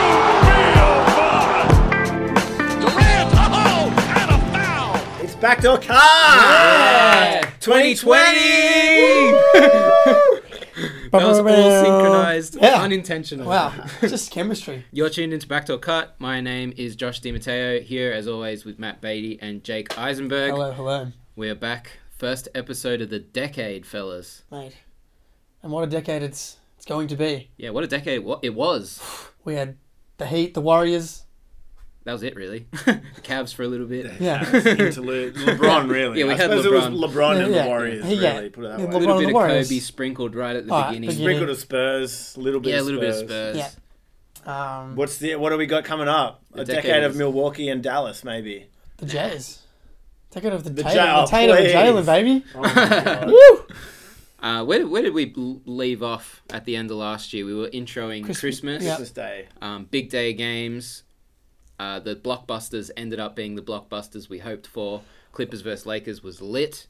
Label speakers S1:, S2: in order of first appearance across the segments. S1: Backdoor Car!
S2: Ah, 2020! That was all synchronized,
S3: Yeah.
S2: unintentional.
S3: Wow, Ah, just chemistry.
S2: You're tuned into Backdoor Cut. My name is Josh DiMatteo, here as always with Matt Beatty and Jake Eisenberg.
S3: Hello, hello,
S2: We are back. First episode of the decade, fellas.
S3: mate. And what a decade it's it's going to be.
S2: Yeah, what a decade wa- it was.
S3: We had the Heat, the Warriors.
S2: That was it, really. Cavs for a little bit.
S3: Yeah,
S1: Interlude. LeBron, really.
S2: Yeah, we
S1: I
S2: had
S1: suppose it
S2: LeBron.
S1: was LeBron and
S3: Yeah,
S1: the Warriors,
S3: yeah.
S1: really, put it that way.
S3: Yeah,
S2: A
S3: LeBron
S2: little
S3: and
S2: bit
S3: the
S2: of
S3: Warriors.
S2: Kobe sprinkled right at the
S3: Oh,
S2: beginning.
S3: beginning.
S1: Sprinkle to Spurs, a little bit
S2: Yeah, a
S1: of Spurs.
S2: little bit of Spurs.
S3: Yeah. um,
S1: What's the what do we got coming up?
S2: The
S1: a
S2: decade
S1: decade,
S2: is-
S1: of Milwaukee and Dallas, maybe.
S3: the Jazz. Take it off the,
S1: The
S3: Tatum,
S1: Jazz,
S3: the Tatum and
S1: please.
S3: Jalen, baby.
S1: Oh my God.
S3: Woo!
S2: Uh, where, where did we l- leave off at the end of last year? We were introing
S3: Christmas.
S2: Christmas,
S3: Yeah.
S1: Christmas Day.
S2: um, big day games. Uh, the blockbusters ended up being the blockbusters we hoped for. Clippers versus Lakers was lit.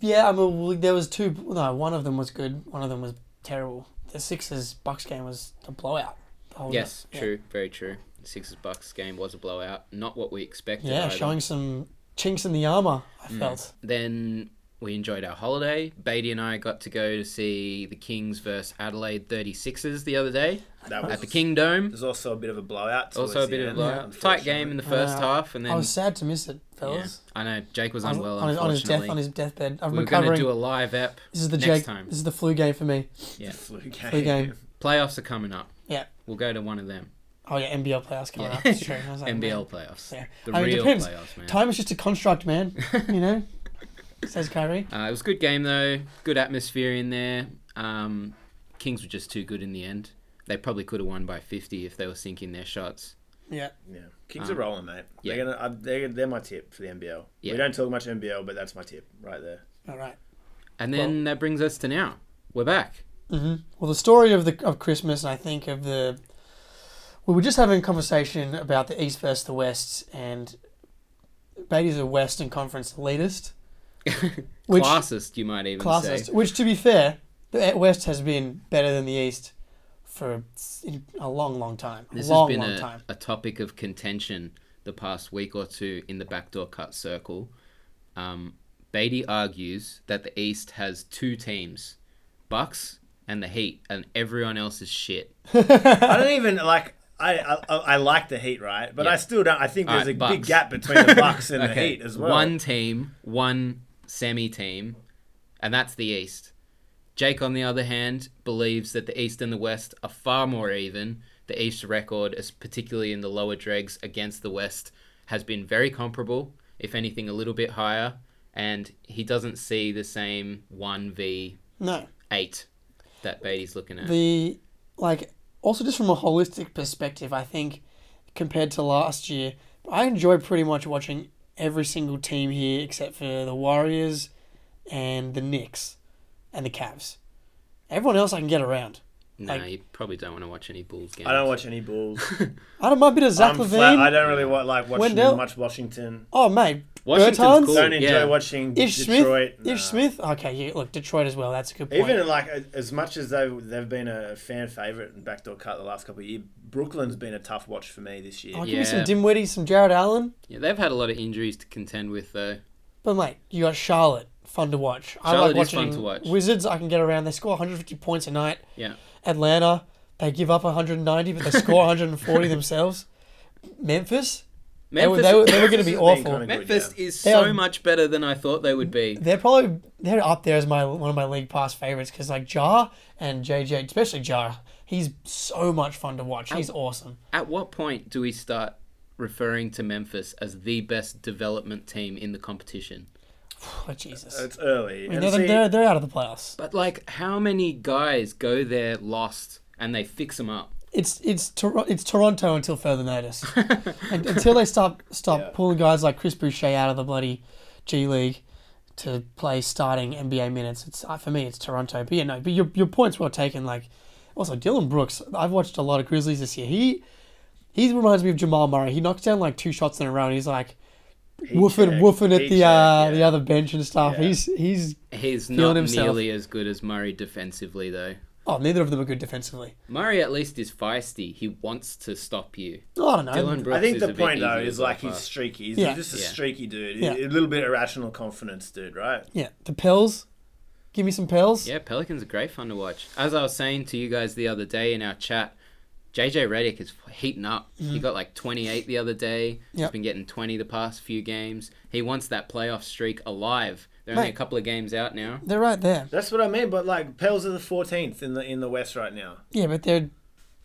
S3: Yeah, I mean, well, there was two. No, one of them was good. One of them was terrible. The Sixers Bucks game was a blowout. The whole-
S2: Yes,
S3: Oh, yeah.
S2: true, very true. Sixers Bucks game was a blowout, not what we expected.
S3: Yeah,
S2: either.
S3: showing some chinks in the armor. I
S2: Mm.
S3: felt.
S2: Then we enjoyed our holiday. Beatty and I got to go to see the Kings versus Adelaide 36ers the other day
S1: That
S2: at
S1: was
S2: the Kingdom.
S1: There's also a bit of a blowout. towards
S2: Also a
S1: the
S2: bit of a
S1: end,
S2: blowout. tight game in the first
S3: Uh,
S2: half, and then
S3: I was sad to miss it,
S2: yeah.
S3: fellas.
S2: I know Jake was
S3: I was
S2: unwell.
S3: on, his, on his
S2: unfortunately,
S3: death on his deathbed. I'm
S2: we were going to
S3: recovering.
S2: do a live ep.
S3: This is the
S2: next
S3: Jake.
S2: time.
S3: This is the flu game for me.
S2: Yeah.
S1: Flu game.
S3: Flu game.
S2: Playoffs are coming up.
S3: Yeah.
S2: We'll go to one of them.
S3: Oh yeah, NBL playoffs coming
S2: Yeah.
S3: up. That's true. I was like,
S2: NBL
S3: man.
S2: playoffs.
S3: Yeah.
S2: The
S3: I mean, it
S2: real
S3: depends.
S2: playoffs, man.
S3: Time is just a construct, man. you know, says Kyrie.
S2: Uh, it was a good game though. Good atmosphere in there. Um, Kings were just too good in the end. They probably could have won by 50 if they were sinking their shots.
S3: Yeah.
S1: Yeah. Kings are rolling, mate.
S2: Um, yeah.
S1: They're, gonna, uh, they're, they're my tip for the NBL.
S2: Yeah.
S1: We don't talk much NBL, but that's my tip right there.
S3: All right.
S2: And then that brings us to now. We're back.
S3: Mm-hmm. Well, the story of the of Christmas, and I think of the. We were just having a conversation about the East versus the West, and Beatty's a Western Conference elitist, which
S2: classist, you might even
S3: classist.
S2: say.
S3: Which, to be fair, the E, West has been better than the East for a long, long time. A
S2: This
S3: long,
S2: has been
S3: long
S2: a,
S3: time.
S2: a topic of contention the past week or two in the backdoor cut circle. Um, Beatty argues that the East has two teams, Bucks and the Heat, and everyone else is shit.
S1: I don't even like. I, I I like the Heat, right? But
S2: Yeah.
S1: I still don't. I think there's
S2: Alright,
S1: a
S2: Bucks.
S1: big gap between the Bucks and the
S2: Okay,
S1: Heat as well.
S2: One team, one semi team, and that's the East. Jake, on the other hand, believes that the East and the West are far more even. The East record, as particularly in the lower dregs against the West, has been very comparable, if anything, a little bit higher. And he doesn't see the same 1v8
S3: No,
S2: that Beatty's looking at.
S3: the like also just from a holistic perspective i think compared to last year i enjoy pretty much watching every single team here except for the warriors and the knicks and the cavs everyone else i can get around
S2: no,
S3: like-
S2: you probably don't want to watch any Bulls games.
S1: I don't watch any Bulls.
S3: i don't mind a bit of zach
S1: I'm
S3: levine
S1: flat. I don't really wa- like watching
S3: Wendell?
S1: much Washington.
S3: oh mate
S2: Washington's
S3: Bertans?
S2: cool.
S1: Don't enjoy
S2: yeah.
S1: watching
S3: Ish
S1: Detroit.
S3: Smith, Ish
S1: Nah.
S3: Smith. Okay, yeah, look, Detroit as well. That's a good point.
S1: Even like a- as much as they they've been a fan favorite and backdoor cut the last couple of years, Brooklyn's been a tough watch for me this year.
S3: oh, give me some
S2: Yeah.
S3: Dimwitty, some Jared Allen.
S2: Yeah, they've had a lot of injuries to contend with, though.
S3: But mate, you got Charlotte, fun to watch.
S2: Charlotte
S3: I like
S2: is
S3: watching
S2: fun to watch.
S3: Wizards. I can get around. They score 150 points a night.
S2: Yeah.
S3: Atlanta, they give up 190, but they score 140 themselves. Memphis, they were, they were, they were going to be
S1: Memphis has been
S3: awful.
S1: kinda good.
S2: Memphis is
S3: They
S2: so
S3: are-
S2: much better than I thought they would be.
S3: They're probably they're up there as my one of my league pass favorites because like Jar and JJ, especially Jar, he's so much fun to watch. He's awesome.
S2: At what point do we start referring to Memphis as the best development team in the competition?
S3: Oh, Jesus,
S1: It's early.
S3: I mean,
S1: And
S3: they're,
S1: see,
S3: they're, they're out of the playoffs.
S2: But like, how many guys go there lost and they fix them up?
S3: It's it's Tor- it's Toronto until further notice. and, until they stop stop
S1: Yeah.
S3: pulling guys like Chris Boucher out of the bloody G League to play starting NBA minutes. It's uh, for me, it's Toronto. But yeah, no. But your your point's well taken. Like also Dylan Brooks. I've watched a lot of Grizzlies this year. He he reminds me of Jamal Murray. He knocks down like two shots in a row, and he's like woofing
S1: check,
S3: woofing
S1: heat
S3: at the
S1: check,
S3: uh,
S1: yeah.
S3: the other bench and stuff. He's he's
S2: He's
S3: Feeling
S2: not
S3: himself.
S2: nearly as good as Murray defensively, though.
S3: Oh, neither of them are good defensively.
S2: Murray at least is feisty. He wants to stop you.
S3: Oh, I don't know.
S2: Dylan Brooks
S1: I think
S2: is
S1: the
S2: a bit
S1: point though
S2: easier to
S1: is like
S2: bypass.
S1: he's streaky. He's
S3: Yeah.
S1: just a
S2: Yeah.
S1: streaky dude.
S3: Yeah.
S1: A little bit irrational confidence, dude. Right?
S3: Yeah, the Pels. Give me some Pels.
S2: Yeah, Pelicans are great fun to watch. As I was saying to you guys the other day in our chat, JJ Redick is heating up. He got like 28 the other day. He's
S3: Mm. Yep.
S2: been getting 20 the past few games. He wants that playoff streak alive. They're only
S3: Mate.
S2: a couple of games out now.
S3: They're right there.
S1: That's what I mean. But like Pels are the 14th in the in the West right now.
S3: Yeah, but they're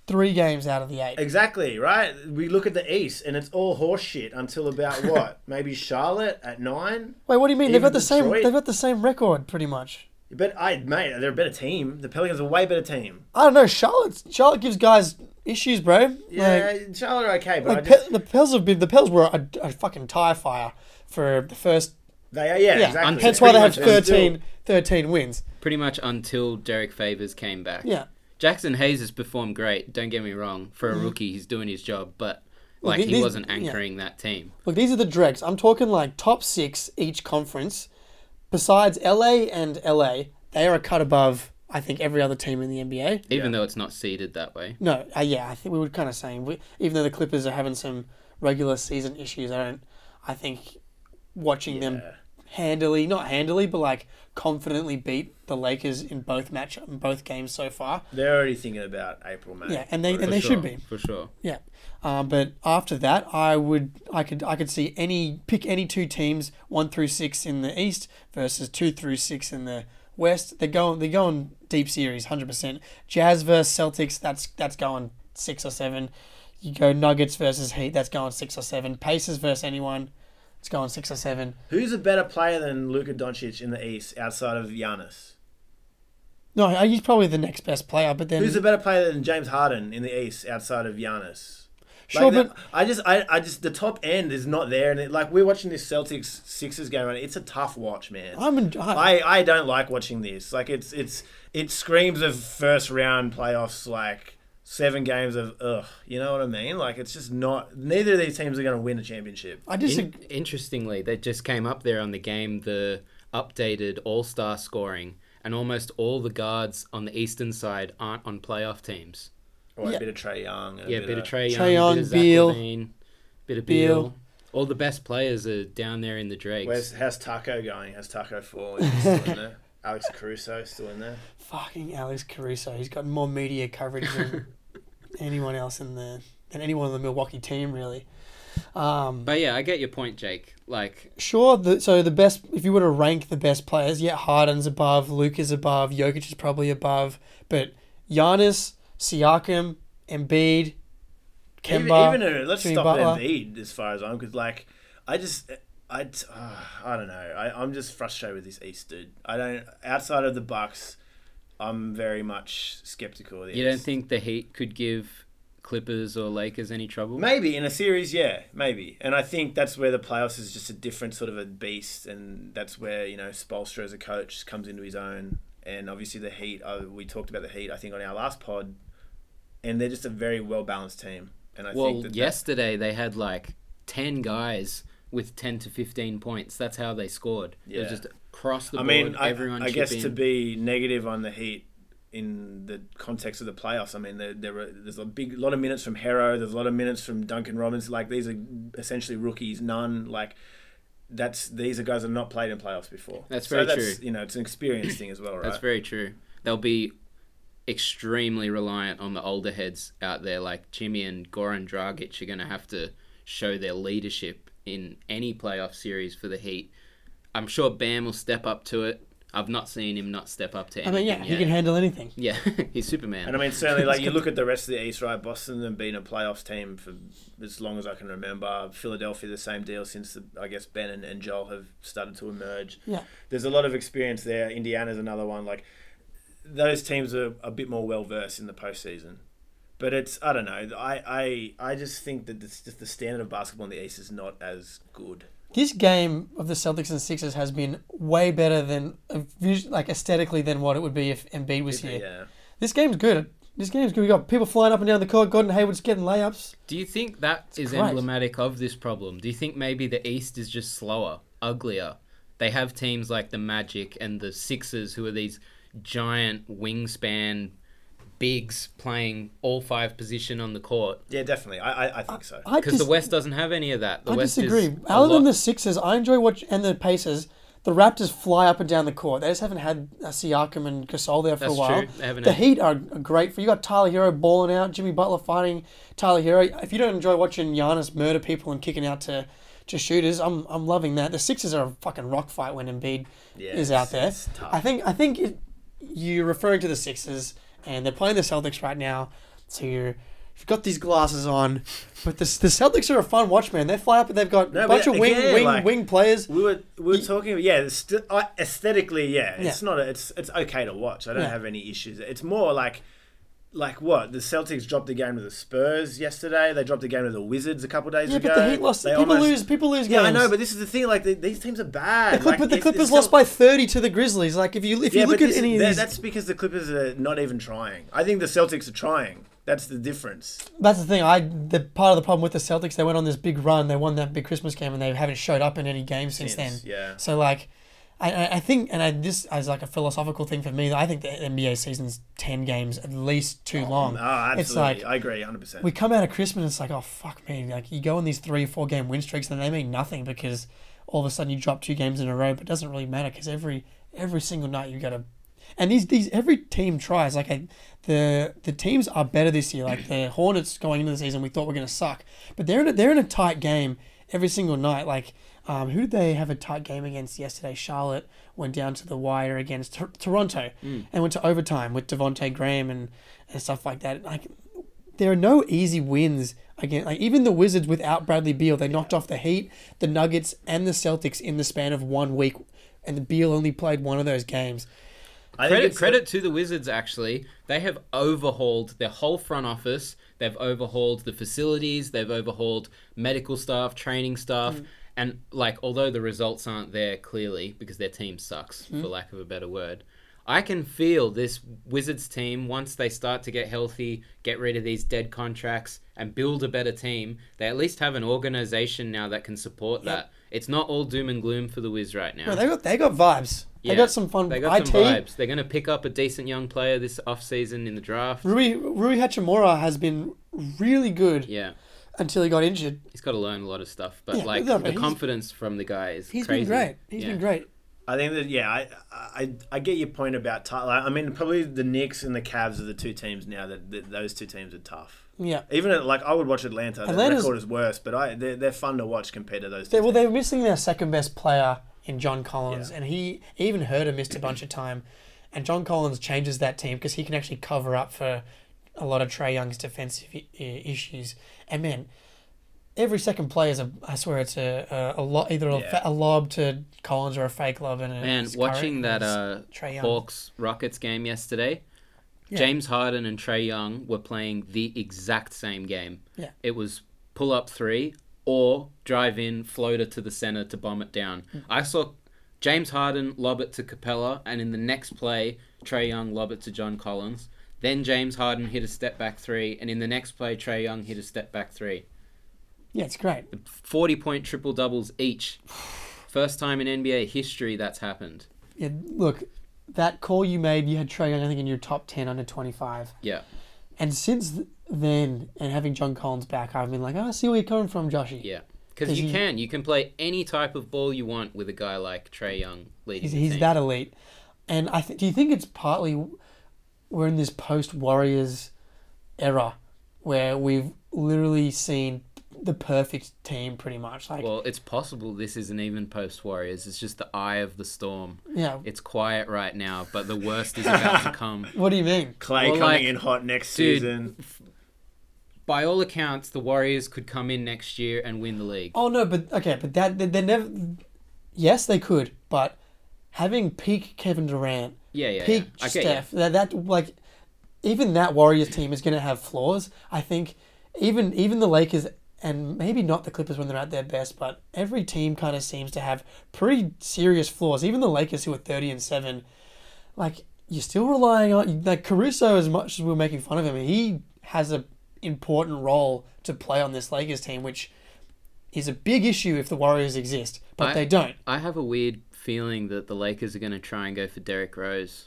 S3: three games out of the eight.
S1: Exactly right. We look at the East and it's all horseshit until about what? Maybe Charlotte at nine.
S3: Wait, what do you mean? They've
S1: Even
S3: got the same.
S1: Detroit?
S3: They've got the same record, pretty much.
S1: But I mate, they're a better team. The Pelicans are a way better team.
S3: I don't know. Charlotte. Charlotte gives guys issues, bro.
S1: Yeah, Charlotte are okay, but
S3: Like,
S1: I
S3: like
S1: just,
S3: Pe- the Pels have been. The Pels were a, a fucking tire fire for the first.
S1: they are yeah,
S3: Yeah,
S1: exactly.
S2: Until-
S3: that's why they
S1: Pretty
S3: have
S1: much until-
S3: 13, 13 wins.
S2: Pretty much until Derek Favors came back.
S3: Yeah. Mm.
S2: Jackson Hayes has performed great. Don't get me wrong. For a rookie, he's doing his job, but like
S3: he-
S2: he
S3: these-
S2: wasn't
S3: yeah.
S2: anchoring that team.
S3: Look, these are the dregs. I'm talking like top six each conference. Besides LA and LA, they are a cut above. I think every other team in the NBA.
S2: Even though it's not seeded that way.
S3: No, uh, yeah, I think we were kind of saying we, even though the Clippers are having some regular season issues, I don't. I think watching them handily, not handily, but like confidently beat the Lakers in both match in both games so far.
S1: They're already thinking about April, May.
S3: Yeah, and they
S1: For
S3: and
S1: sure.
S3: they should be.
S2: For sure.
S3: Yeah, um, but after that, I would I could I could see any pick any two teams one through six in the East versus two through six in the West. They're going they're going deep series hundred percent. Jazz versus Celtics. That's that's going six or seven. You go Nuggets versus Heat. That's going six or seven. Pacers versus anyone. It's going six or seven.
S1: Who's a better player than Luka Doncic in the East outside of Giannis?
S3: No, I- he's probably the next best player, but then
S1: Who's a better player than James Harden in the East outside of Giannis? Like
S3: Sure,
S1: the-
S3: but-
S1: I just, I, I just, the top end is not there, and it, like we're watching this Celtics Sixers game, and it's a tough watch, man.
S3: I'm en- I-
S1: I, I don't like watching this. Like it's, it's, it screams of first round playoffs, like seven games of ugh. You know what I mean? Like it's just not. Neither of these teams are going to win a championship.
S3: I just
S2: In- interestingly, they just came up there on the game the updated All Star scoring, and almost all the guards on the eastern side aren't on playoff teams.
S1: Or
S3: Yeah.
S1: a bit of Trey Young. and
S2: Yeah, bit of Trey Young,
S3: Trae
S2: bit
S3: Young,
S2: of Zach
S3: Beal.
S2: Levine, bit of Beal.
S3: Beal.
S2: All the best players are down there in the dregs.
S1: Where's how's Taco going? How's Taco falling? Is he still in there? Alex Caruso still in there.
S3: fucking Alex Caruso. He's got more media coverage than anyone else in the than anyone on the Milwaukee team, really. Um,
S2: But yeah, I get your point, Jake. Like,
S3: sure. The, so the best, if you were to rank the best players, yeah, Harden's above, Luke is above, Jokic is probably above, but Giannis, Siakam, Embiid, Kemba,
S1: even, even a, let's
S3: Jimmy
S1: stop at
S3: Butler.
S1: Embiid as far as I'm because like I just I uh, I don't know I I'm just frustrated with this East dude. I don't outside of the Bucks, I'm very much skeptical. Of the
S2: you don't
S1: East.
S2: think the Heat could give Clippers or Lakers any trouble?
S1: Maybe in a series, yeah, maybe. And I think that's where the playoffs is just a different sort of a beast, and that's where you know Spolstra as a coach comes into his own. And obviously the Heat, uh, we talked about the Heat, I think on our last pod, and they're just a very well balanced team. And I
S2: Well,
S1: think that
S2: yesterday they had like 10 guys with 10 to 15 points. That's how they scored. It
S1: Yeah.
S2: was just across the
S1: I
S2: board.
S1: mean, I,
S2: everyone
S1: I guess
S2: chip
S1: to
S2: in.
S1: be negative on the Heat in the context of the playoffs, I mean, there, there were, there's a big lot of minutes from Harrow, there's a lot of minutes from Duncan Robbins. Like these are essentially rookies, none like that's these are guys that have not played in playoffs before.
S2: That's very true.
S1: You know, it's an experience thing as well, right?
S2: That's very true. They'll be extremely reliant on the older heads out there, like Jimmy and Goran Dragic are going to have to show their leadership in any playoff series for the Heat. I'm sure Bam will step up to it. I've not seen him not step up to
S3: I
S2: anything.
S3: mean, yeah, he
S2: yet.
S3: can handle anything.
S2: yeah, he's Superman.
S1: and I mean, certainly, like you look at the rest of the East, right? Boston have been a playoffs team for as long as I can remember. Philadelphia, the same deal since the, I guess Ben and, and Joel have started to emerge.
S3: Yeah.
S1: there's a lot of experience there. Indiana's another one. Like those teams are a bit more well versed in the postseason. But it's I don't know. I I, I just think that it's just the standard of basketball in the East is not as good.
S3: This game of the Celtics and Sixers has been way better than, uh, vis- like aesthetically, than what it would be if Embiid was here.
S1: Yeah.
S3: This game's good. This game's good. We got people flying up and down the court. Gordon Hayward's getting layups.
S2: Do you think that is
S3: great.
S2: emblematic of this problem? Do you think maybe the East is just slower, uglier? They have teams like the Magic and the Sixers, who are these giant wingspan bigs playing all five position on the court
S1: Yeah, definitely. I, I, I think so.
S3: I,
S2: because
S3: dis-
S2: the West doesn't have any of that. The
S3: I
S2: West
S3: disagree.
S2: Is a
S3: Other than
S2: lot-
S3: the Sixers, I enjoy watch and the Pacers. The Raptors fly up and down the court. They just haven't had uh, Siakam and Gasol there for
S2: That's
S3: a while.
S2: true. They haven't
S3: the
S2: had-
S3: Heat are are great for you. Got Tyler Hero balling out, Jimmy Butler fighting Tyler Hero. If you don't enjoy watching Giannis murder people and kicking out to, to shooters, I'm I'm loving that. The Sixers are a fucking rock fight when Embiid
S1: Yeah,
S3: is out
S1: it's-
S3: there.
S1: it's tough.
S3: I think I think it, you're referring to the Sixers, and they're playing the Celtics right now. So you're you've got these glasses on, but the the Celtics are a fun watch, man. They fly up and they've got a
S1: No,
S3: bunch
S1: but
S3: of wing
S1: again,
S3: wing
S1: like-
S3: wing players.
S1: We were we were talking about yeah, it's st- uh, aesthetically yeah, it's
S3: Yeah.
S1: not a, it's it's okay to watch. I don't
S3: Yeah.
S1: have any issues. It's more like like what the Celtics dropped the game to the Spurs yesterday. They dropped the game to the Wizards a couple days
S3: Yeah,
S1: ago.
S3: but the Heat lost.
S1: They
S3: people
S1: almost-
S3: lose. People lose
S1: Yeah,
S3: games.
S1: I know, but this is the thing. Like the, these teams are bad.
S3: the, Clip,
S1: like,
S3: but the
S1: it's-
S3: Clippers
S1: it's
S3: lost
S1: still-
S3: by thirty to the Grizzlies. Like if you if you look
S1: but
S3: at
S1: this-
S3: any of
S1: that-
S3: these, that's,
S1: that's because the Clippers are not even trying. I think the Celtics are trying. That's the difference.
S3: the thing. I the part of the problem with the Celtics, they went on this big run. They won that big Christmas game, and they haven't showed up in any game since then.
S1: Yes, yeah.
S3: So like, I- I, I think, and I, this is like a philosophical thing for me. I think the NBA season's ten games at least too long.
S1: Oh, absolutely.
S3: It's like
S1: I agree, hundred percent.
S3: we come out of Christmas and it's like, oh fuck me! Like you go on these three, four game win streaks and they mean nothing because all of a sudden you drop two games in a row, but it doesn't really matter because every every single night you got to. And these these every team tries. Like I, the the teams are better this year. Like the Hornets going into the season, we thought were gonna suck, but they're in a, they're in a tight game every single night. Like. Um, who did they have a tight game against yesterday? Charlotte went down to the wire against Tor- Toronto and went to overtime with Devonte Graham and, and stuff like that. Like there are no easy wins again. Like even the Wizards without Bradley Beal, they knocked off the Heat, the Nuggets, and the Celtics in the span of one week, and the Beal only played one of those games.
S1: I think
S2: Credit
S1: it's-
S2: credit to the Wizards actually. They have overhauled their whole front office. They've overhauled the facilities. They've overhauled medical staff, training staff,
S1: Mm.
S2: and like although the results aren't there clearly because their team sucks
S1: Mm.
S2: for lack of a better word. I can feel this Wizards team once they start to get healthy, get rid of these dead contracts and build a better team. They at least have an organization now that can support that. It's not all doom and gloom for the Wiz right now.
S3: No, they got they got vibes.
S2: Yeah.
S3: They got some fun.
S2: They got
S3: IT.
S2: some vibes. They're going to pick up a decent young player this offseason in the draft.
S3: Rui Rui Hachimura has been really good
S2: Yeah,
S3: until he got injured.
S2: he's got to learn a lot of stuff, but
S3: Yeah,
S2: like
S3: no,
S2: the
S3: he's-
S2: confidence from the guy is
S3: He's
S2: crazy.
S3: been great. He's
S2: yeah.
S3: been great.
S1: I think that yeah, I I, I get your point about tough. Like, I mean, probably the Knicks and the Cavs are the two teams now that, that those two teams are tough.
S3: Yeah.
S1: Even at, like I would watch Atlanta.
S3: Atlanta's-
S1: Their record is worse, but I they're, they're fun to watch compared to those. Two
S3: They, well,
S1: teams.
S3: they were missing their second best player in John Collins,
S1: Yeah.
S3: and he even Herder missed a bunch of time. And John Collins changes that team because he can actually cover up for a lot of Trey Young's defensive i- i- issues. And man, every second play is a I swear it's a a, a lo- either a,
S1: Yeah.
S3: fa- a lob to Collins or a fake lob. And a
S2: Man,
S3: it's
S2: watching
S3: current-
S2: that
S3: it's-
S2: uh,
S3: Trae Young.
S2: Hawks Rockets game yesterday,
S3: Yeah.
S2: James Harden and Trey Young were playing the exact same game.
S3: Yeah.
S2: It was pull up three or drive in floater to the center to bomb it down.
S3: Mm.
S2: I saw James Harden lob it to Capella, and in the next play, Trey Young lob it to John Collins. Then James Harden hit a step back three, and in the next play, Trey Young hit a step back three.
S3: yeah, it's great.
S2: 40 point triple doubles each. First time in NBA history that's happened.
S3: Yeah, look, that call you made, you had Trey Young I think in your top ten under twenty five.
S2: Yeah.
S3: And since th- then, and having John Collins back, I've been like, oh, I see where you're coming from, Joshy.
S2: Yeah, because
S3: 'Cause
S2: you
S3: he-
S2: can you can play any type of ball you want with a guy like Trey Young leading
S3: He's,
S2: the
S3: he's
S2: team.
S3: that elite. And I th- do you think it's partly we're in this post Warriors era where we've literally seen the perfect team pretty much. Like,
S2: Well, it's possible this isn't even post Warriors. It's just the eye of the storm.
S3: yeah.
S2: It's quiet right now, but the worst is about to come.
S3: What do you mean?
S1: Clay
S2: Well,
S1: coming
S2: like,
S1: in hot next
S2: dude,
S1: season.
S2: By all accounts, the Warriors could come in next year and win the league.
S3: Oh no, but okay, but that they- they're never. Yes, they could, but having peak Kevin Durant,
S2: Yeah, yeah,
S3: peak
S2: yeah. I get
S3: Steph, that that like, even that Warriors team is going to have flaws. I think even even the Lakers and maybe not the Clippers when they're at their best, but every team kind of seems to have pretty serious flaws. Even the Lakers, who are thirty and seven, like you're still relying on like Caruso as much as we're making fun of him. He has a important role to play on this Lakers team, which is a big issue if the Warriors exist, but
S2: I-
S3: they don't.
S2: I have a weird feeling that the Lakers are going to try and go for Derrick Rose.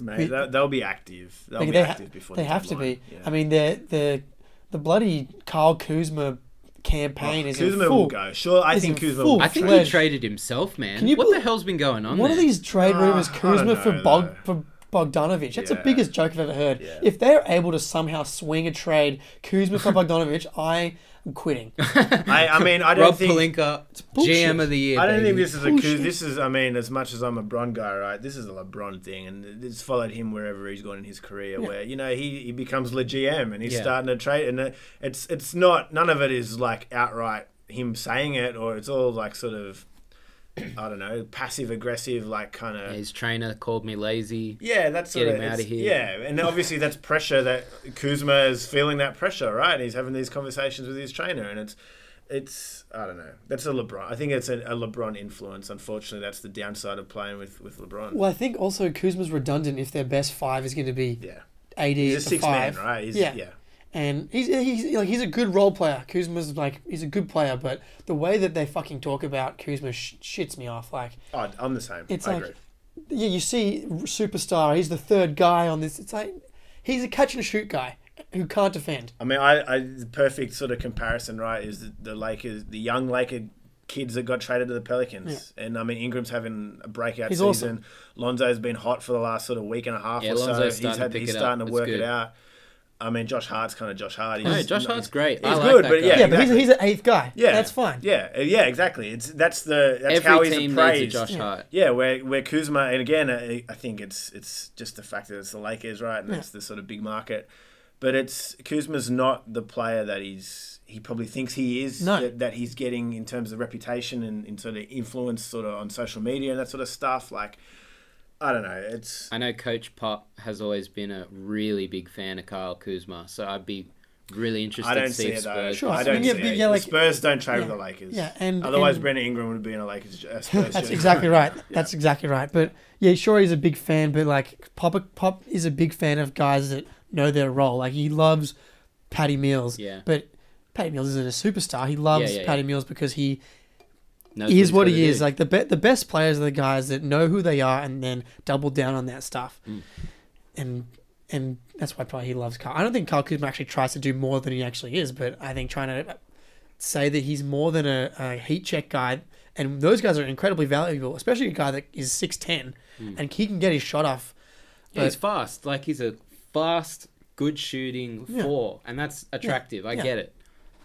S1: Mate, they'll, they'll be active. They'll
S3: They-
S1: be
S3: they ha-
S1: active before
S3: They
S1: the
S3: have to
S1: deadline.
S3: be.
S1: Yeah.
S3: I mean, the the the bloody Kyle Kuzma campaign is in
S1: Oh, Kuzma
S3: full.
S1: will go. Sure, I
S3: is
S1: think
S3: in
S1: Kuzma
S3: full
S1: will.
S2: I think
S3: Fledged.
S2: he traded himself, man.
S3: Can you
S2: what
S3: bel-
S2: the hell's been going on?
S3: What
S2: there?
S3: are these trade
S1: Ah,
S3: rumors?
S1: I don't
S3: Kuzma for
S1: know,
S3: Bog,
S1: though.
S3: for Bogdanovich. That's the
S1: Yeah.
S3: biggest joke I've ever heard.
S1: Yeah.
S3: If they're able to somehow swing a trade, Kuzma for Bogdanovich, I am quitting.
S1: I, I mean, I don't
S2: Rob
S1: think.
S2: Palinka,
S3: bullshit.
S2: GM of the year.
S1: I don't
S2: baby.
S1: think this is a
S3: Bullshit.
S1: Kuz. This is, I mean, as much as I'm a Bron guy, right? This is a LeBron thing, and it's followed him wherever he's gone in his career. Where you know he, he becomes the GM and he's
S2: Yeah.
S1: starting to trade, and it- it's it's not none of it is like outright him saying it, or it's all like sort of I don't know, passive aggressive, like kind of.
S2: Uh, His trainer called me lazy.
S1: Yeah, that's
S2: Get
S1: sort
S2: him
S1: it's-
S2: outta here.
S1: Yeah, and obviously that's pressure that Kuzma is feeling that pressure, right? And he's having these conversations with his trainer, and it's, it's I don't know. That's a LeBron. I think it's a, a LeBron influence. Unfortunately, that's the downside of playing with with LeBron.
S3: Well, I think also Kuzma's redundant if their best five is going to be
S1: yeah,
S3: AD
S1: he's a
S3: to
S1: six
S3: five.
S1: man, right? He's,
S3: yeah.
S1: yeah.
S3: And he's, he's like he's a good role player. Kuzma's like he's a good player, but the way that they fucking talk about Kuzma sh- shits me off. Like
S1: Oh, I'm the same.
S3: It's
S1: I
S3: like-
S1: agree.
S3: yeah, you see superstar. He's the third guy on this. It's like he's a catch and shoot guy who can't defend.
S1: I mean, I, I the perfect sort of comparison, right? Is the, the Lakers, the young Laker kids that got traded to the Pelicans, and I mean Ingram's having a breakout
S3: He's
S1: season.
S3: awesome.
S1: Lonzo's been hot for the last sort of week and a half
S2: Yeah,
S1: or so.
S2: Lonzo's starting
S1: he's
S2: to
S1: had,
S2: pick
S1: he's
S2: it up.
S1: starting to
S2: It's
S1: work
S2: good.
S1: it out. I mean, Josh Hart's kind of Josh Hart. He's,
S2: No, Josh Hart's great.
S1: He's
S2: I like
S1: good,
S2: that
S1: but
S2: guy.
S1: yeah,
S3: Yeah, but he's,
S1: exactly.
S3: he's an eighth guy.
S1: yeah,
S3: that's fine.
S1: Yeah, uh, yeah, exactly. It's that's the that's
S2: Every
S1: how he's
S2: team needs a
S1: appraised.
S2: Josh Hart.
S1: Yeah, where where Kuzma and again, I, I think it's it's just the fact that it's the Lakers, right? And it's the sort of big market, but it's Kuzma's not the player that he's he probably thinks he is
S3: No.
S1: that, that he's getting in terms of reputation and, and sort of influence, sort of on social media and that sort of stuff. Like, I don't know. It's
S2: I know Coach Pop has always been a really big fan of Kyle Kuzma, so I'd be really interested
S1: I don't
S2: to see
S1: see
S2: if
S1: it though.
S2: Spurs.
S3: Sure,
S1: I
S3: I
S1: don't
S3: mean,
S1: see
S3: yeah,
S1: it.
S3: but yeah, like-
S1: the Spurs don't trade with
S3: yeah.
S1: the Lakers.
S3: Yeah, and-
S1: otherwise,
S3: and-
S1: Brandon Ingram would be in a Lakers. A Spurs
S3: That's
S1: jersey.
S3: exactly right. That's exactly right. But yeah, sure he's a big fan, but like Pop Pop is a big fan of guys that know their role. Like he loves Patty Mills.
S2: Yeah.
S3: But Patty Mills isn't a superstar. He loves
S2: yeah,
S3: Patty
S2: yeah.
S3: Mills because he
S2: Knows
S3: is
S2: he's
S3: what
S2: gotta
S3: he is.
S2: do.
S3: Like the be- the best players are the guys that know who they are and then double down on that stuff.
S2: Hmm.
S3: And and that's why probably he loves Carl. I don't think Carl Kuzma actually tries to do more than he actually is, but I think trying to say that he's more than a, a heat check guy, and those guys are incredibly valuable, especially a guy that is six ten and he can get his shot off.
S2: Hmm. Yeah, he's
S3: But-
S2: fast. Like he's a fast, good shooting
S3: Yeah.
S2: four, and that's attractive. I
S3: yeah.
S2: get it.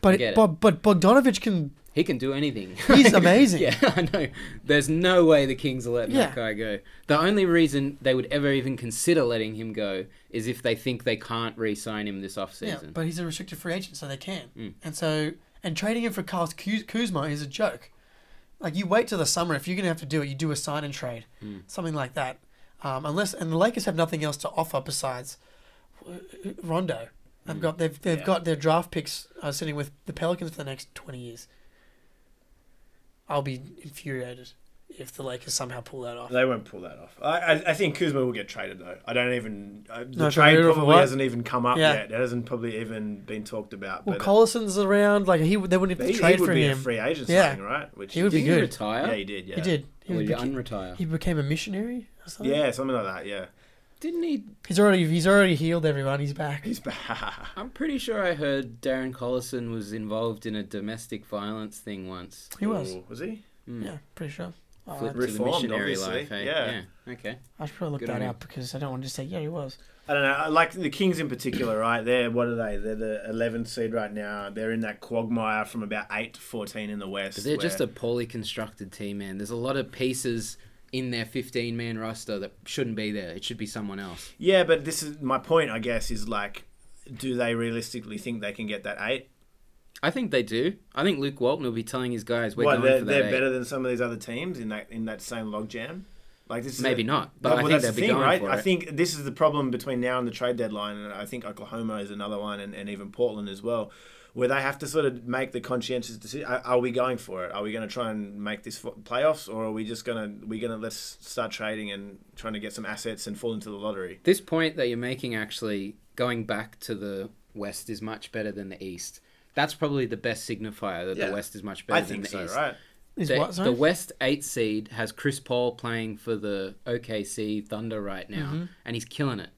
S3: But
S2: Get it.
S3: but, but Bogdanovich can.
S2: He can do anything.
S3: He's amazing.
S2: yeah, I know. There's no way the Kings are letting
S3: Yeah.
S2: that guy go. The only reason they would ever even consider letting him go is if they think they can't re-sign him this
S3: Yeah,
S2: offseason.
S3: but he's a restricted free agent, so they can. And so and trading him for Carl Kuz- Kuzma is a joke. Like you wait till the summer if you're gonna have to do it, you do a sign and trade, something like that. Um, unless and the Lakers have nothing else to offer besides uh, Rondo. They've got they've they've
S1: Yeah.
S3: got their draft picks uh, sitting with the Pelicans for the next twenty years. I'll be infuriated if the Lakers somehow pull that off.
S1: They won't pull that off. I, I, I think Kuzma will get traded though. I don't even I, the
S3: No,
S1: trade
S3: Kuzma or
S1: probably
S3: what?
S1: hasn't even come up
S3: Yeah.
S1: yet. It hasn't probably even been talked about.
S3: Well,
S1: But uh,
S3: Collison's around. Like he, they wouldn't have
S1: he,
S3: to
S1: he
S3: trade
S1: would
S3: for
S1: be
S3: him.
S1: a free agent,
S3: Yeah.
S1: signing, right? Which
S3: He would be
S2: Did he
S3: good.
S2: retire?
S1: Yeah, he did. Yeah,
S3: He did. He,
S2: Or
S3: would
S2: did he
S3: beca-
S2: unretire?
S3: he became a missionary or something.
S1: Yeah, something like that. Yeah,
S2: Didn't he?
S3: He's already he's already healed everyone. He's back.
S1: he's back.
S2: I'm pretty sure I heard Darren Collison was involved in a domestic violence thing once.
S3: He was.
S1: Ooh, was he?
S3: Yeah, pretty sure. Oh,
S2: Flipped
S3: I,
S2: to the
S1: Reformed,
S2: missionary
S1: obviously.
S2: life. eh?
S1: Yeah.
S2: yeah. Okay.
S3: I should probably look
S2: Good on
S3: that
S2: him.
S3: up because I don't want to say yeah he was.
S1: I don't know. I Like the Kings in particular, right? They're what are they? They're the 11th seed right now. They're in that quagmire from about eight to 14 in the West.
S2: But they're just
S1: where-
S2: a poorly constructed team, man. There's a lot of pieces in their 15 man roster that shouldn't be there. It should be someone else.
S1: Yeah, but this is my point. I guess is like, do they realistically think they can get that eight?
S2: I think they do. I think Luke Walton will be telling his guys, we're
S1: What
S2: going
S1: they're,
S2: for
S1: they're
S2: that. eight.
S1: better than some of these other teams in that in that same logjam. Like this, is
S2: Maybe
S1: a-
S2: not, but I
S1: well,
S2: think
S1: that's
S2: they'll
S1: the
S2: be
S1: thing,
S2: going
S1: right?
S2: for
S1: I
S2: it.
S1: think this is the problem between now and the trade deadline, and I think Oklahoma is another one, and, and even Portland as well, where they have to sort of make the conscientious decision: are, are we going for it? Are we going to try and make this for playoffs, or are we just going to we going to let's start trading and trying to get some assets and fall into the lottery?
S2: This point that you're making, actually, going back to the West is much better than the East. That's probably the best signifier that
S1: Yeah.
S2: the West is much better
S1: I
S2: than
S1: think
S2: the
S1: so,
S2: East.
S1: right?
S3: Is
S2: the,
S3: what, sorry?
S2: the West eight seed has Chris Paul playing for the OKC Thunder right now,
S3: Mm-hmm.
S2: and he's killing it.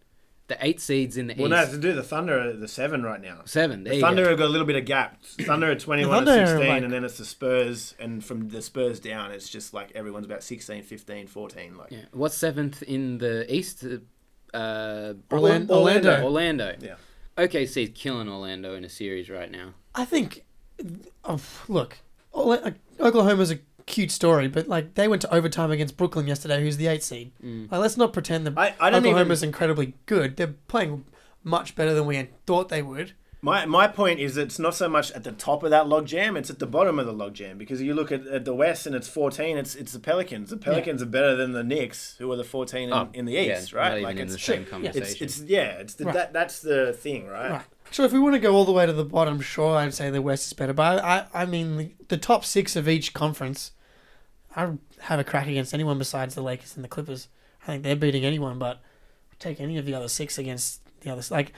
S2: The eight seeds in the
S1: Well, no,
S2: East,
S1: to do the Thunder are the seven right now.
S2: seven. There
S1: The
S2: you
S1: Thunder
S2: go.
S1: have got a little bit of gap. Thunder at 21
S3: Thunder are
S1: and 16,
S3: like-
S1: and then it's the Spurs. And from the Spurs down, it's just like everyone's about 16, 15, 14. Like,
S2: Yeah. What's seventh in the East? Uh,
S3: Orlan- Orlando. Orlando.
S2: Orlando.
S1: Yeah.
S2: OKC's killing Orlando in a series right now.
S3: I think, oh, look, Ola- like, Oklahoma's a cute story, but like they went to overtime against Brooklyn yesterday, who's the eight seed. Like, let's not pretend that
S1: Mm. I- I don't
S3: Oklahoma's incredibly good. They're playing much better than we had thought they would.
S1: My, my point is it's not so much at the top of that logjam, it's at the bottom of the logjam. Because you look at, at the West and it's 14, it's it's the Pelicans. The Pelicans are better than the Knicks, who are the 14 in, Oh, in the East,
S2: Oh, Not
S1: right?
S2: even
S1: Like
S2: in
S1: it's,
S2: the same
S1: it's,
S2: conversation.
S1: it's yeah, it's the,
S3: Right.
S1: that, that's the thing, right?
S3: Right. So if we want to go all the way to the bottom, sure, I'd say the West is better. But I, I, I mean, the, the top six of each conference, I have a crack against anyone besides the Lakers and the Clippers. I think they're beating anyone, but I'd take any of the other six against the others. Like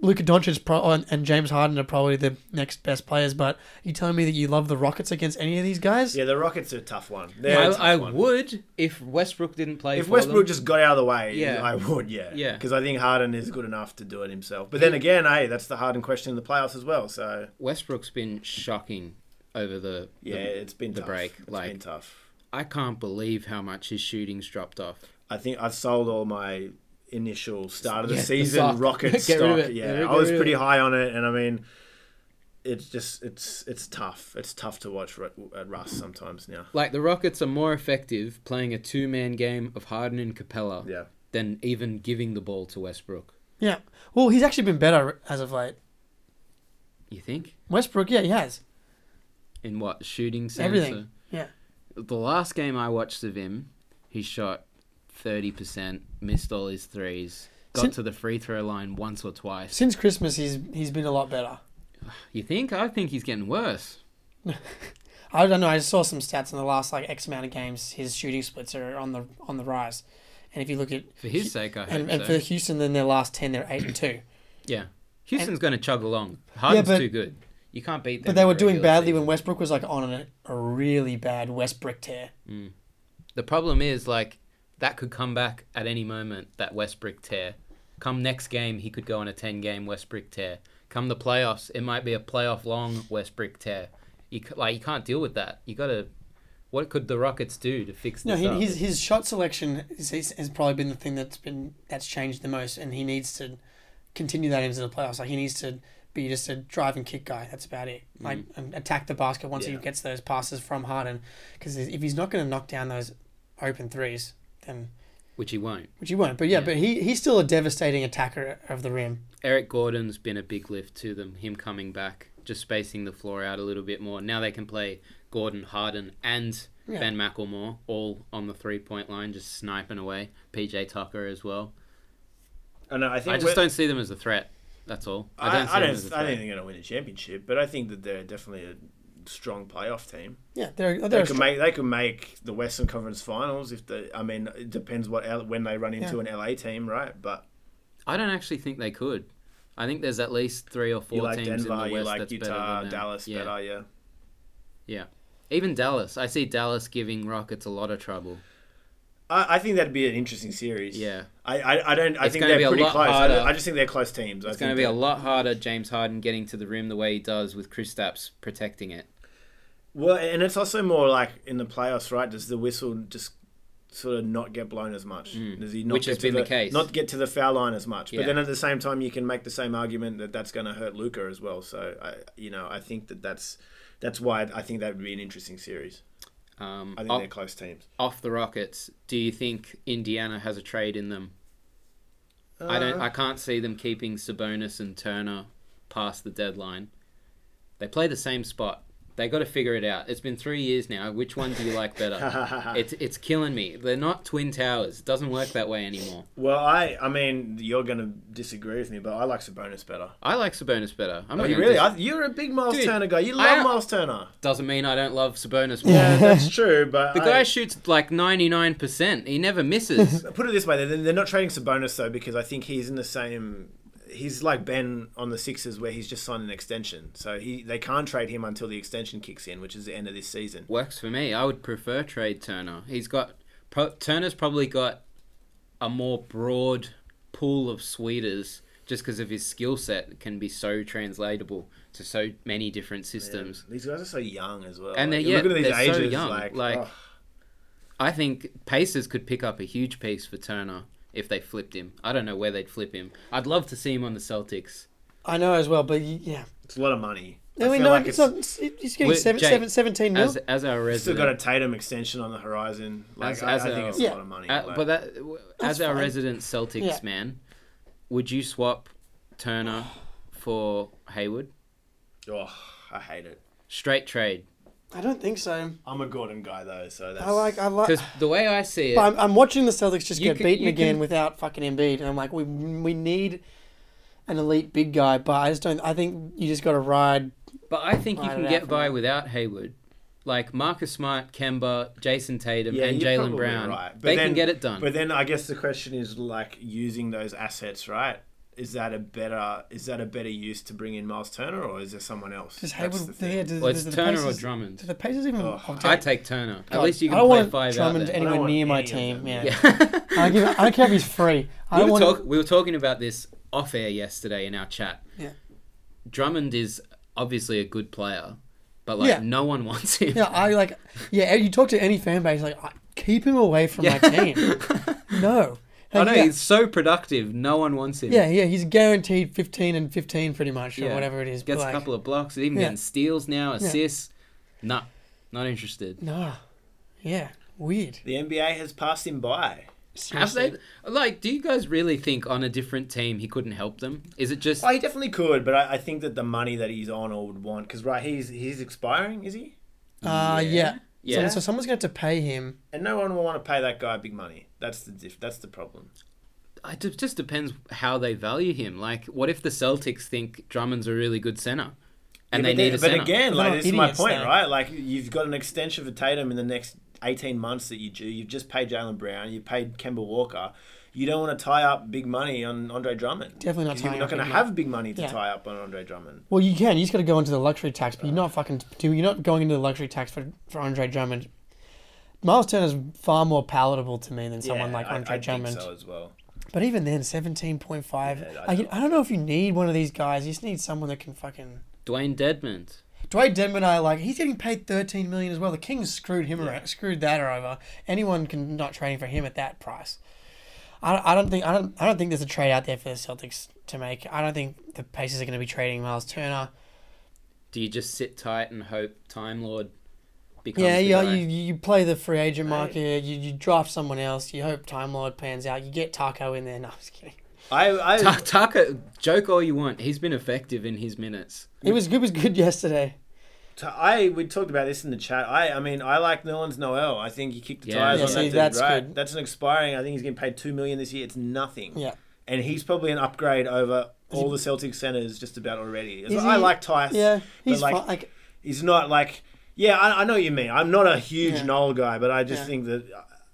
S3: Luka Doncic pro- oh, and, and James Harden are probably the next best players. But you telling me that you love the Rockets against any of these guys?
S1: Yeah, the Rockets are a tough one. They're a tough
S2: I, I
S1: one.
S2: would if Westbrook didn't play.
S1: If
S2: for
S1: Westbrook
S2: them.
S1: just got out of the way,
S2: Yeah.
S1: I would, yeah.
S2: Yeah.
S1: Because I think Harden is good enough to do it himself. But then again, hey, that's the Harden question in the playoffs as well. So,
S2: Westbrook's been shocking over the. the-
S1: yeah, it's been
S2: the
S1: tough.
S2: break,
S1: It's
S2: like-
S1: been tough.
S2: I can't believe how much his shooting's dropped off.
S1: I think I've sold all my initial start of the
S2: Yeah, the
S1: season
S2: stock.
S1: Rocket
S2: Get
S1: stock.
S2: rid of it. Get
S1: Yeah,
S2: rid-
S1: I was
S2: get rid of
S1: pretty
S2: it.
S1: high on it, and I mean, it's just it's it's tough. It's tough to watch Ru- uh, Russ sometimes now.
S2: Like the Rockets are more effective playing a two-man game of Harden and Capella
S1: Yeah.
S2: than even giving the ball to Westbrook.
S3: Yeah. Well, he's actually been better as of late.
S2: You think?
S3: Westbrook, yeah, he has
S2: In what shooting sense?
S3: everything.
S2: or-
S3: Yeah.
S2: the last game I watched of him, he shot thirty percent, missed all his threes, got
S3: Sin-
S2: to the free throw line once or twice.
S3: Since Christmas, he's he's been a lot better.
S2: You think? I think he's getting worse.
S3: I don't know. I saw some stats in the last like X amount of games. His shooting splits are on the on the rise, and if you look at
S2: For his sake, I hope
S3: and, and
S2: so.
S3: for Houston, then their last ten, they're eight and two.
S2: yeah, Houston's going to chug along. Harden's
S3: but-
S2: too good. You can't beat them.
S3: But they
S2: in
S3: were
S2: the
S3: doing
S2: regular
S3: badly
S2: season.
S3: when Westbrook was like on a, a really bad Westbrook tear.
S2: The problem is like that could come back at any moment. That Westbrook tear. Come next game, he could go on a ten-game Westbrook tear. Come the playoffs, it might be a playoff-long Westbrook tear. You c- like you can't deal with that. You got to. What could the Rockets do to fix
S3: No,
S2: this?
S3: he,
S2: up?
S3: his his shot selection is, is, has probably been the thing that's been that's changed the most, and he needs to continue that into the playoffs. Like he needs to be just a drive and kick guy. That's about it.
S2: Mm.
S3: Like and attack the basket once he
S1: Yeah.
S3: gets those passes from Harden, because if he's not going to knock down those open threes, then
S2: which he won't.
S3: Which he won't, but yeah,
S2: Yeah.
S3: but he he's still a devastating attacker of the rim.
S2: Eric Gordon's been a big lift to them. Him coming back, just spacing the floor out a little bit more. Now they can play Gordon, Harden, and
S3: Yeah.
S2: Ben McElmore all on the three-point line, just sniping away. PJ Tucker as well.
S1: And I think
S2: I just
S1: we're-
S2: don't see them as a threat. That's all. I don't see
S1: I,
S2: them
S1: don't,
S2: as a
S1: I
S2: threat.
S1: don't think they're going to win a championship, but I think that they're definitely a strong playoff team.
S3: Yeah, they're they're,
S1: They
S3: a
S1: could
S3: str-
S1: make they could make the Western Conference Finals if they. I mean, it depends what L, when they run into an LA team, right? But
S2: I don't actually think they could. I think there's at least three or four
S1: you like
S2: teams in the
S1: Denver,
S2: West
S1: you like
S2: that's
S1: Utah,
S2: better than them.
S1: Dallas,
S2: yeah.
S1: better, yeah.
S2: Yeah, even Dallas. I see Dallas giving Rockets a lot of trouble.
S1: I, I think that'd be an interesting series.
S2: Yeah.
S1: I, I, I don't. I
S2: It's
S1: think
S2: gonna
S1: they're
S2: be a
S1: pretty
S2: lot
S1: close.
S2: harder.
S1: I, I just think they're close teams. I
S2: It's
S1: think
S2: going to be a
S1: that-
S2: lot harder, James Harden getting to the rim the way he does with Kristaps protecting it.
S1: well, and it's also more like in the playoffs, right? Does the whistle just sort of not get blown as much? Does he not
S2: Hmm. Which
S1: get
S2: has
S1: to
S2: been the case.
S1: Not get to the foul line as much.
S2: Yeah.
S1: But then at the same time, you can make the same argument that that's going to hurt Luca as well. So I, you know, I think that that's that's why I think that would be an interesting series.
S2: Um,
S1: I think
S2: off,
S1: they're close teams.
S2: off the Rockets, do you think Indiana has a trade in them? I don't.
S1: Uh,
S2: I can't see them keeping Sabonis and Turner past the deadline. They play the same spot. They got to figure it out. It's been three years now. Which one do you like better? it's it's killing me. They're not twin towers. It doesn't work that way anymore.
S1: Well, I, I mean, you're going to disagree with me, but I like Sabonis better.
S2: I like Sabonis better. I'm
S1: Oh,
S2: not
S1: you
S2: gonna
S1: really?
S2: dis-
S1: I, you're a big Miles
S2: Dude,
S1: Turner guy. You
S2: I
S1: love
S2: am-
S1: Miles Turner.
S2: doesn't mean I don't love Sabonis more.
S1: Yeah, that's true. But
S2: The
S1: I-
S2: guy shoots like 99%. He never misses.
S1: put it this way: they're, they're not trading Sabonis though because I think he's in the same. he's like Ben on the Sixers, where he's just signed an extension, so he they can't trade him until the extension kicks in, which is the end of this season.
S2: Works for me. I would prefer trade Turner. He's got pro, Turner's probably got a more broad pool of sweeters just because of his skill set can be so translatable to so many different systems.
S1: These guys are so young as well.
S2: And
S1: like,
S2: they're-
S1: you look
S2: yeah,
S1: at these
S2: they're so
S1: ages,
S2: young,
S1: like,
S2: like-
S1: oh,
S2: I think Pacers could pick up a huge piece for Turner if they flipped him. I don't know where they'd flip him. I'd love to see him on the Celtics.
S3: I know as well, but y- yeah.
S1: it's a lot of money.
S3: I mean,
S1: feel
S3: no,
S1: like
S3: it's,
S1: it's-
S3: not. It's, he's getting
S2: We're-
S3: seven,
S2: Jake,
S3: seven, 17 mil.
S2: As as our
S1: Still got a
S2: resident,
S1: Tatum extension on the horizon. Like
S2: As-
S1: I,
S2: as
S1: I
S2: a-
S1: think it's
S3: Yeah.
S1: a lot of money.
S2: uh,
S1: like-
S2: but that w- as
S3: That's
S2: our
S3: fine.
S2: resident Celtics
S3: Yeah.
S2: man, would you swap Turner for Hayward?
S1: oh, I hate it.
S2: Straight trade.
S3: I don't think so.
S1: I'm a Gordon guy though, so that's
S3: I like. I like.
S2: Because the way I see it,
S3: But I'm, I'm watching the Celtics just
S2: You
S3: get
S2: can-
S3: beaten
S2: you
S3: again
S2: can-
S3: without fucking Embiid, and I'm like, we we need an elite big guy, but I just don't. I think you just got to ride.
S2: But I think you
S3: Right
S2: can
S3: it out
S2: get
S3: from
S2: by
S3: there.
S2: without Hayward. Like Marcus Smart, Kemba, Jason Tatum,
S1: Yeah,
S2: and
S1: you're
S2: Jalen
S1: probably
S2: Brown.
S1: right. But
S2: They
S1: then-
S2: can get it done.
S1: But then I guess the question is like using those assets, right? Is that a better is that a better use to bring in Miles Turner or is there someone else?
S3: Does
S1: That's
S3: Hayward?
S1: the
S3: yeah,
S1: thing.
S3: does,
S2: Well, it's
S3: does the
S2: Turner or
S3: Pacers-
S2: Drummond.
S3: Do the Pacers even?
S1: Oh,
S3: I'll take-
S2: I take Turner. At
S3: God,
S2: least you
S3: I
S2: can
S3: don't
S2: play
S3: want
S2: five
S3: Drummond
S2: out there.
S1: any-
S3: anywhere
S1: want
S3: near my
S1: any of
S3: team.
S1: them.
S3: Yeah,
S2: Yeah.
S3: I, don't give, I don't care if he's free. I
S2: we,
S3: don't
S2: were
S3: want.
S2: talk- we were talking about this off air yesterday in our chat.
S3: Yeah.
S2: Drummond is obviously a good player, but like
S3: Yeah.
S2: no one wants him.
S3: Yeah, I like. Yeah, you talk to any fan base, like I- keep him away from my team. No,
S2: I
S3: Like,
S2: know
S3: yeah,
S2: he's so productive. No one wants him.
S3: yeah, yeah, he's guaranteed 15 and 15, pretty much, or
S2: Yeah.
S3: whatever it is. but
S2: Gets
S3: like,
S2: a couple of blocks. Even
S3: Yeah.
S2: getting steals now, assists. Nah, not interested.
S3: No, yeah, weird.
S1: The NBA has passed him by.
S2: Have
S3: Seriously.
S2: they? Like, do you guys really think on a different team he couldn't help them? Is it just?
S1: Oh, he definitely could, but I, I think that the money that he's on or would want because right, he's he's expiring, is he?
S3: Uh, yeah.
S2: Yeah.
S3: So, so someone's going to have to pay him.
S1: And no one will want to pay that guy big money. That's the diff- that's the problem.
S2: It ju- just depends how they value him. Like, what if the Celtics think Drummond's a really good center, and
S1: Yeah,
S2: they
S1: but
S2: need
S1: then-
S2: a
S1: But
S2: center?
S1: again, like
S3: not
S1: this is my
S3: idiots,
S1: point,
S3: though.
S1: right? Like you've got an extension for Tatum in the next eighteen months that you do. You've just paid Jalen Brown. You paid Kemba Walker. You don't want to tie up big money on Andre Drummond.
S3: Definitely not
S1: 'Cause
S3: tying
S1: You're not
S3: up
S1: going to
S3: big
S1: have big money to
S3: Yeah.
S1: tie up on Andre Drummond.
S3: Well, you can. You just got to go into the luxury tax, but you're not fucking. You're not going into the luxury tax for, for Andre Drummond. Miles Turner's far more palatable to me than someone
S1: Yeah,
S3: like
S1: I-
S3: Andre
S1: I
S3: Drummond.
S1: Think so as well.
S3: But even then, 17.5.
S1: Yeah,
S3: I,
S1: I
S3: I don't know if you need one of these guys. You just need someone that can fucking.
S2: Dwayne Dedmond.
S3: Dwight Denman, I like. He's getting paid 13 million as well. The Kings screwed him around, screwed that over. Anyone can not trading for him at that price. I, I don't think I don't I don't think there's a trade out there for the Celtics to make. I don't think the Pacers are going to be trading Miles Turner.
S2: Do you just sit tight and hope Time Lord becomes?
S3: Yeah,
S2: the
S3: yeah.
S2: guy?
S3: You, you play the free agent market. You, you draft someone else. You hope Time Lord pans out. You get Taco in there. No, I'm just kidding.
S1: I, I
S2: Ta- Tucker, joke all you want. He's been effective in his minutes.
S3: It was good. Was good yesterday.
S1: So I we talked about this in the chat. I I mean I like Nerlens Noel. I think he kicked the
S2: Yeah.
S1: tires
S2: Yeah,
S1: on
S2: see,
S1: that dude,
S3: that's
S1: right?
S3: good.
S1: That's an expiring. I think he's getting paid two million this year. It's nothing.
S3: Yeah.
S1: And he's probably an upgrade over all the Celtic centers just about already. As
S3: Is
S1: I
S3: he-
S1: like Tice.
S3: Yeah, he's
S1: like-
S3: fine. Like,
S1: He's not like yeah. I, I know what you mean. I'm not a huge
S3: Yeah.
S1: Noel guy, but I just
S3: Yeah.
S1: think that.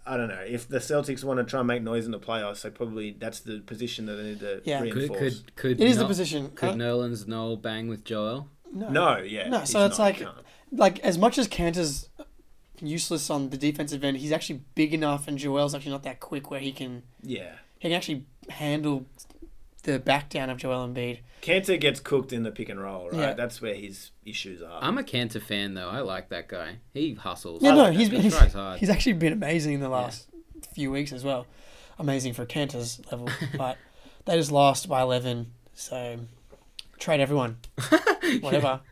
S1: I don't know if the Celtics want to try and make noise in the playoffs. They probably that's the position that they need to
S3: Yeah. Could-
S2: Could
S1: reinforce.
S2: could could
S3: it is the
S2: Nol-
S3: position.
S2: Could
S3: Uh,
S2: Nerlens Noel bang with Joel?
S1: No, yeah.
S3: No, so
S1: he's not.
S3: it's like-
S1: Can't.
S3: like as much as Cantor's useless on the defensive end, he's actually big enough, and Joel's actually not that quick where he can
S1: yeah.
S3: he can actually handle the back down of Joel Embiid.
S1: Cantor gets cooked in the pick and roll, right?
S3: Yeah.
S1: That's where his issues are.
S2: I'm a Cantor fan though. I like that guy. He hustles.
S3: Yeah,
S1: I
S3: no,
S1: like
S3: he's
S2: that. He
S3: been
S2: tries hard.
S3: he's actually been amazing in the last few weeks as well. Amazing for Cantor's level, but they just lost by eleven, so trade everyone, whatever.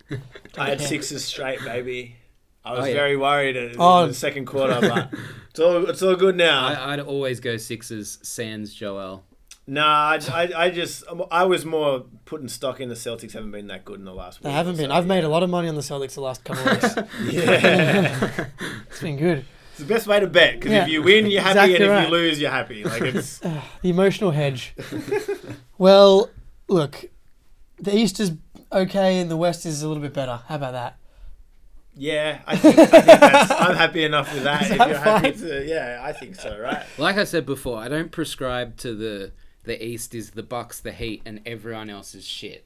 S1: I had sixes straight, baby. I was
S2: Oh, yeah.
S1: very worried in
S3: Oh.
S1: the second quarter, but it's all it's all good now.
S2: I, I'd always go sixes. Sans Joel.
S1: nah, I, I, I just um, I was more putting stock in the Celtics haven't been that good in the last.
S3: They
S1: week
S3: haven't
S1: or
S3: been.
S1: so,
S3: I've made
S1: yeah.
S3: a lot of money on the Celtics the last couple of weeks.
S1: Yeah,
S3: it's been good.
S1: it's the best way to bet because
S3: Yeah.
S1: if you win, you're happy, and
S3: Exactly
S1: if
S3: right.
S1: you lose, you're happy. Like it's
S3: The emotional hedge. well, look, the East is okay and the West is a little bit better. How about that?
S1: yeah. I think, I think that's, I'm happy enough with that.
S3: Is
S1: if
S3: that
S1: you're happy
S3: fine?
S1: to, yeah, I think so, right?
S2: Like I said before, I don't prescribe to the the East is the Bucks, the Heat, and everyone else is shit.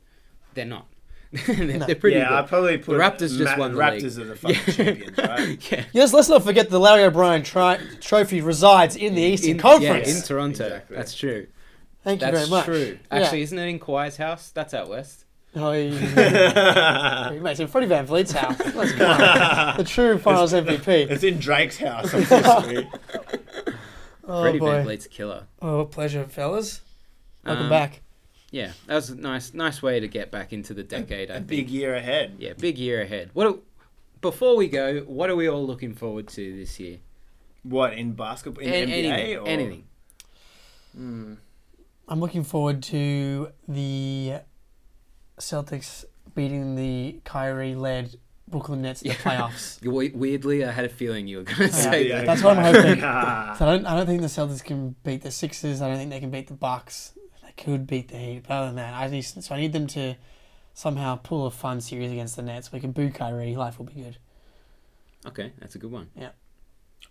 S2: They're not. they're,
S3: No.
S2: they're pretty
S1: yeah, I
S2: good.
S1: probably put
S2: Raptors just won the
S1: Raptors are the fucking champions, right?
S2: yeah.
S3: Yes, let's not forget the Larry O'Brien tri- Trophy resides in the Eastern
S2: In-
S3: Conference.
S2: yeah, in Toronto.
S1: Exactly.
S2: That's true.
S3: Thank you
S2: That's
S3: very much.
S2: true.
S3: Yeah.
S2: Actually, isn't it in Kawhi's house? That's out west.
S3: Oh, yeah. Mate, it's in Freddie Van Vliet's house. Let's go. the true Finals MVP.
S1: It's in Drake's house. Obviously.
S3: Oh,
S2: Freddie
S3: boy.
S2: VanVleet's a killer.
S3: Oh, a pleasure, fellas. Welcome
S2: Um,
S3: back.
S2: Yeah, that was a nice, nice way to get back into the decade. I
S1: a
S2: think.
S1: big year ahead.
S2: Yeah, big year ahead. What? Are, before we go, what are we all looking forward to this year?
S1: What in basketball? In
S2: An-
S1: NBA
S2: anything,
S1: or
S2: anything.
S3: I'm looking forward to the Celtics beating the Kyrie-led Brooklyn Nets in the
S2: Yeah.
S3: playoffs.
S2: You- we- Weirdly, I had a feeling you were going to
S3: Yeah.
S2: say that.
S3: That's what I'm hoping.
S1: Ah,
S3: So I don't, I don't think the Celtics can beat the Sixers. I don't think they can beat the Bucks. They could beat the Heat, but other than that, I need so I need them to somehow pull a fun series against the Nets. We can boo Kyrie. Life will be good.
S2: Okay, that's a good one.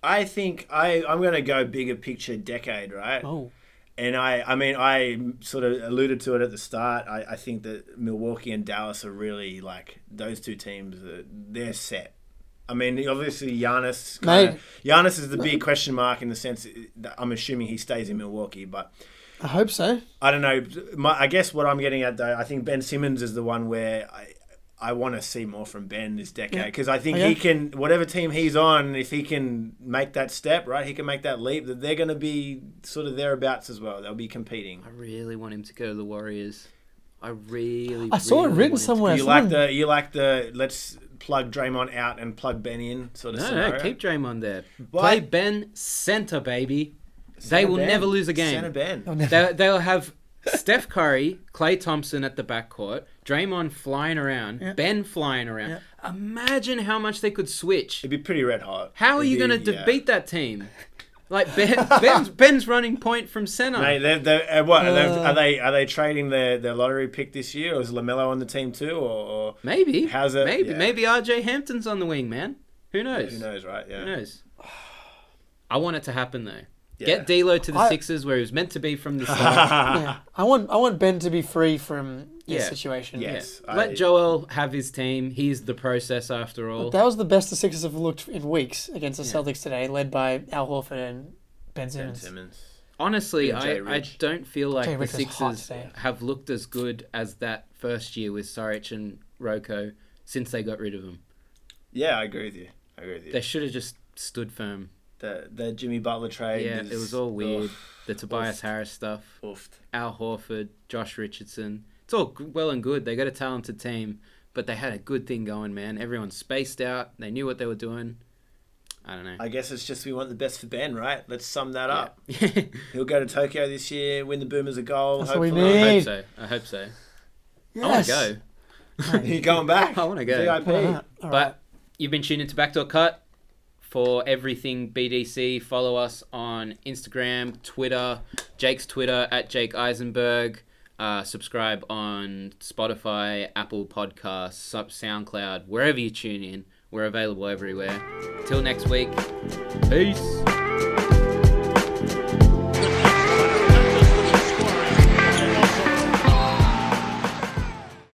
S1: I think I I'm gonna go bigger picture decade, right?
S3: Oh,
S1: And I, I mean, I sort of alluded to it at the start. I, I think that Milwaukee and Dallas are really like those two teams. Are, they're set. I mean, obviously Giannis. Kinda,
S3: Mate.
S1: Giannis is the big question mark in the sense that I'm assuming he stays in Milwaukee, but
S3: I hope so.
S1: I don't know. My, I guess what I'm getting at though, I think Ben Simmons is the one where I, I want to see more from Ben this decade
S3: Yeah.
S1: because I think
S3: Okay.
S1: he can, whatever team he's on, if he can make that step, right, he can make that leap. That they're going to be sort of thereabouts as well. They'll be competing.
S2: I really want him to go to the Warriors. I really.
S3: I saw it
S2: really want
S3: written
S2: him to
S3: somewhere.
S2: go-
S1: You
S3: someone-
S1: like the, you like the, let's plug Draymond out and plug Ben in sort of
S2: No,
S1: scenario.
S2: no, keep Draymond there.
S1: Well,
S2: Play
S1: I-
S2: Ben center, baby. they
S1: Center
S2: will
S1: Ben.
S2: never lose a game.
S1: Center Ben.
S2: They, they'll have Steph Curry, Clay Thompson at the backcourt, Draymond flying around,
S3: Yeah.
S2: Ben flying around. Imagine how much they could switch.
S1: It'd be pretty red hot.
S2: How are
S1: It'd
S2: you going to
S1: be- yeah.
S2: defeat that team? Like ben, Ben's, Ben's running point from center.
S1: Mate, they're, they're, uh, what, are, they,
S3: Uh.
S1: are they are they trading their, their lottery pick this year, or is Lamelo on the team too, or, or
S2: maybe.
S1: How's it-
S2: Maybe.
S1: yeah.
S2: Maybe RJ Hampton's on the wing, man. Who knows?
S1: who knows, right? Yeah.
S2: Who knows? I want it to happen though.
S1: Yeah.
S2: Get D'Lo to the
S3: I-
S2: Sixers where he was meant to be from the start.
S3: yeah, I want I want Ben to be free from
S2: Yeah.
S3: this situation.
S1: Yeah.
S2: Yeah.
S1: Yes, I-
S2: Let Joel have his team. He's the process after all.
S3: But that was the best the Sixers have looked in weeks against the Celtics today, led by Al Horford and Ben
S1: Ben
S3: Simmons.
S1: Simmons.
S2: Honestly,
S1: Big J
S2: I, I
S1: Ridge.
S2: don't feel
S3: J
S2: like the
S3: Ridge was hot
S2: Sixers
S3: today.
S2: have looked as good as that first year with Saric and Roko since they got rid of him.
S1: Yeah, I agree with you. I agree with you.
S2: They should have just stood firm.
S1: The the Jimmy Butler trade.
S2: yeah,
S1: is,
S2: it was all weird. The Tobias
S1: Oof.
S2: Harris stuff,
S1: Oh, oofed.
S2: Al Horford, Josh Richardson. It's all g- well and good. They got a talented team, but they had a good thing going, man. Everyone spaced out. They knew what they were doing. I don't know.
S1: I guess it's just we want the best for Ben, right? Let's sum that
S2: Yeah.
S1: up. He'll go to Tokyo this year, win the Boomers a goal.
S3: That's what we
S1: hopefully.
S2: I hope
S3: need.
S2: so. I hope so. I want
S3: Yes.
S2: to go.
S1: You're going back.
S2: I wanna go.
S1: VIP.
S3: All right.
S2: But you've been tuning to Backdoor Cut for everything BDC. Follow us on Instagram, Twitter, Jake's Twitter at Jake Eisenberg. Uh, subscribe on Spotify, Apple Podcasts, Sub- SoundCloud, wherever you tune in. We're available everywhere. Till next week. Peace.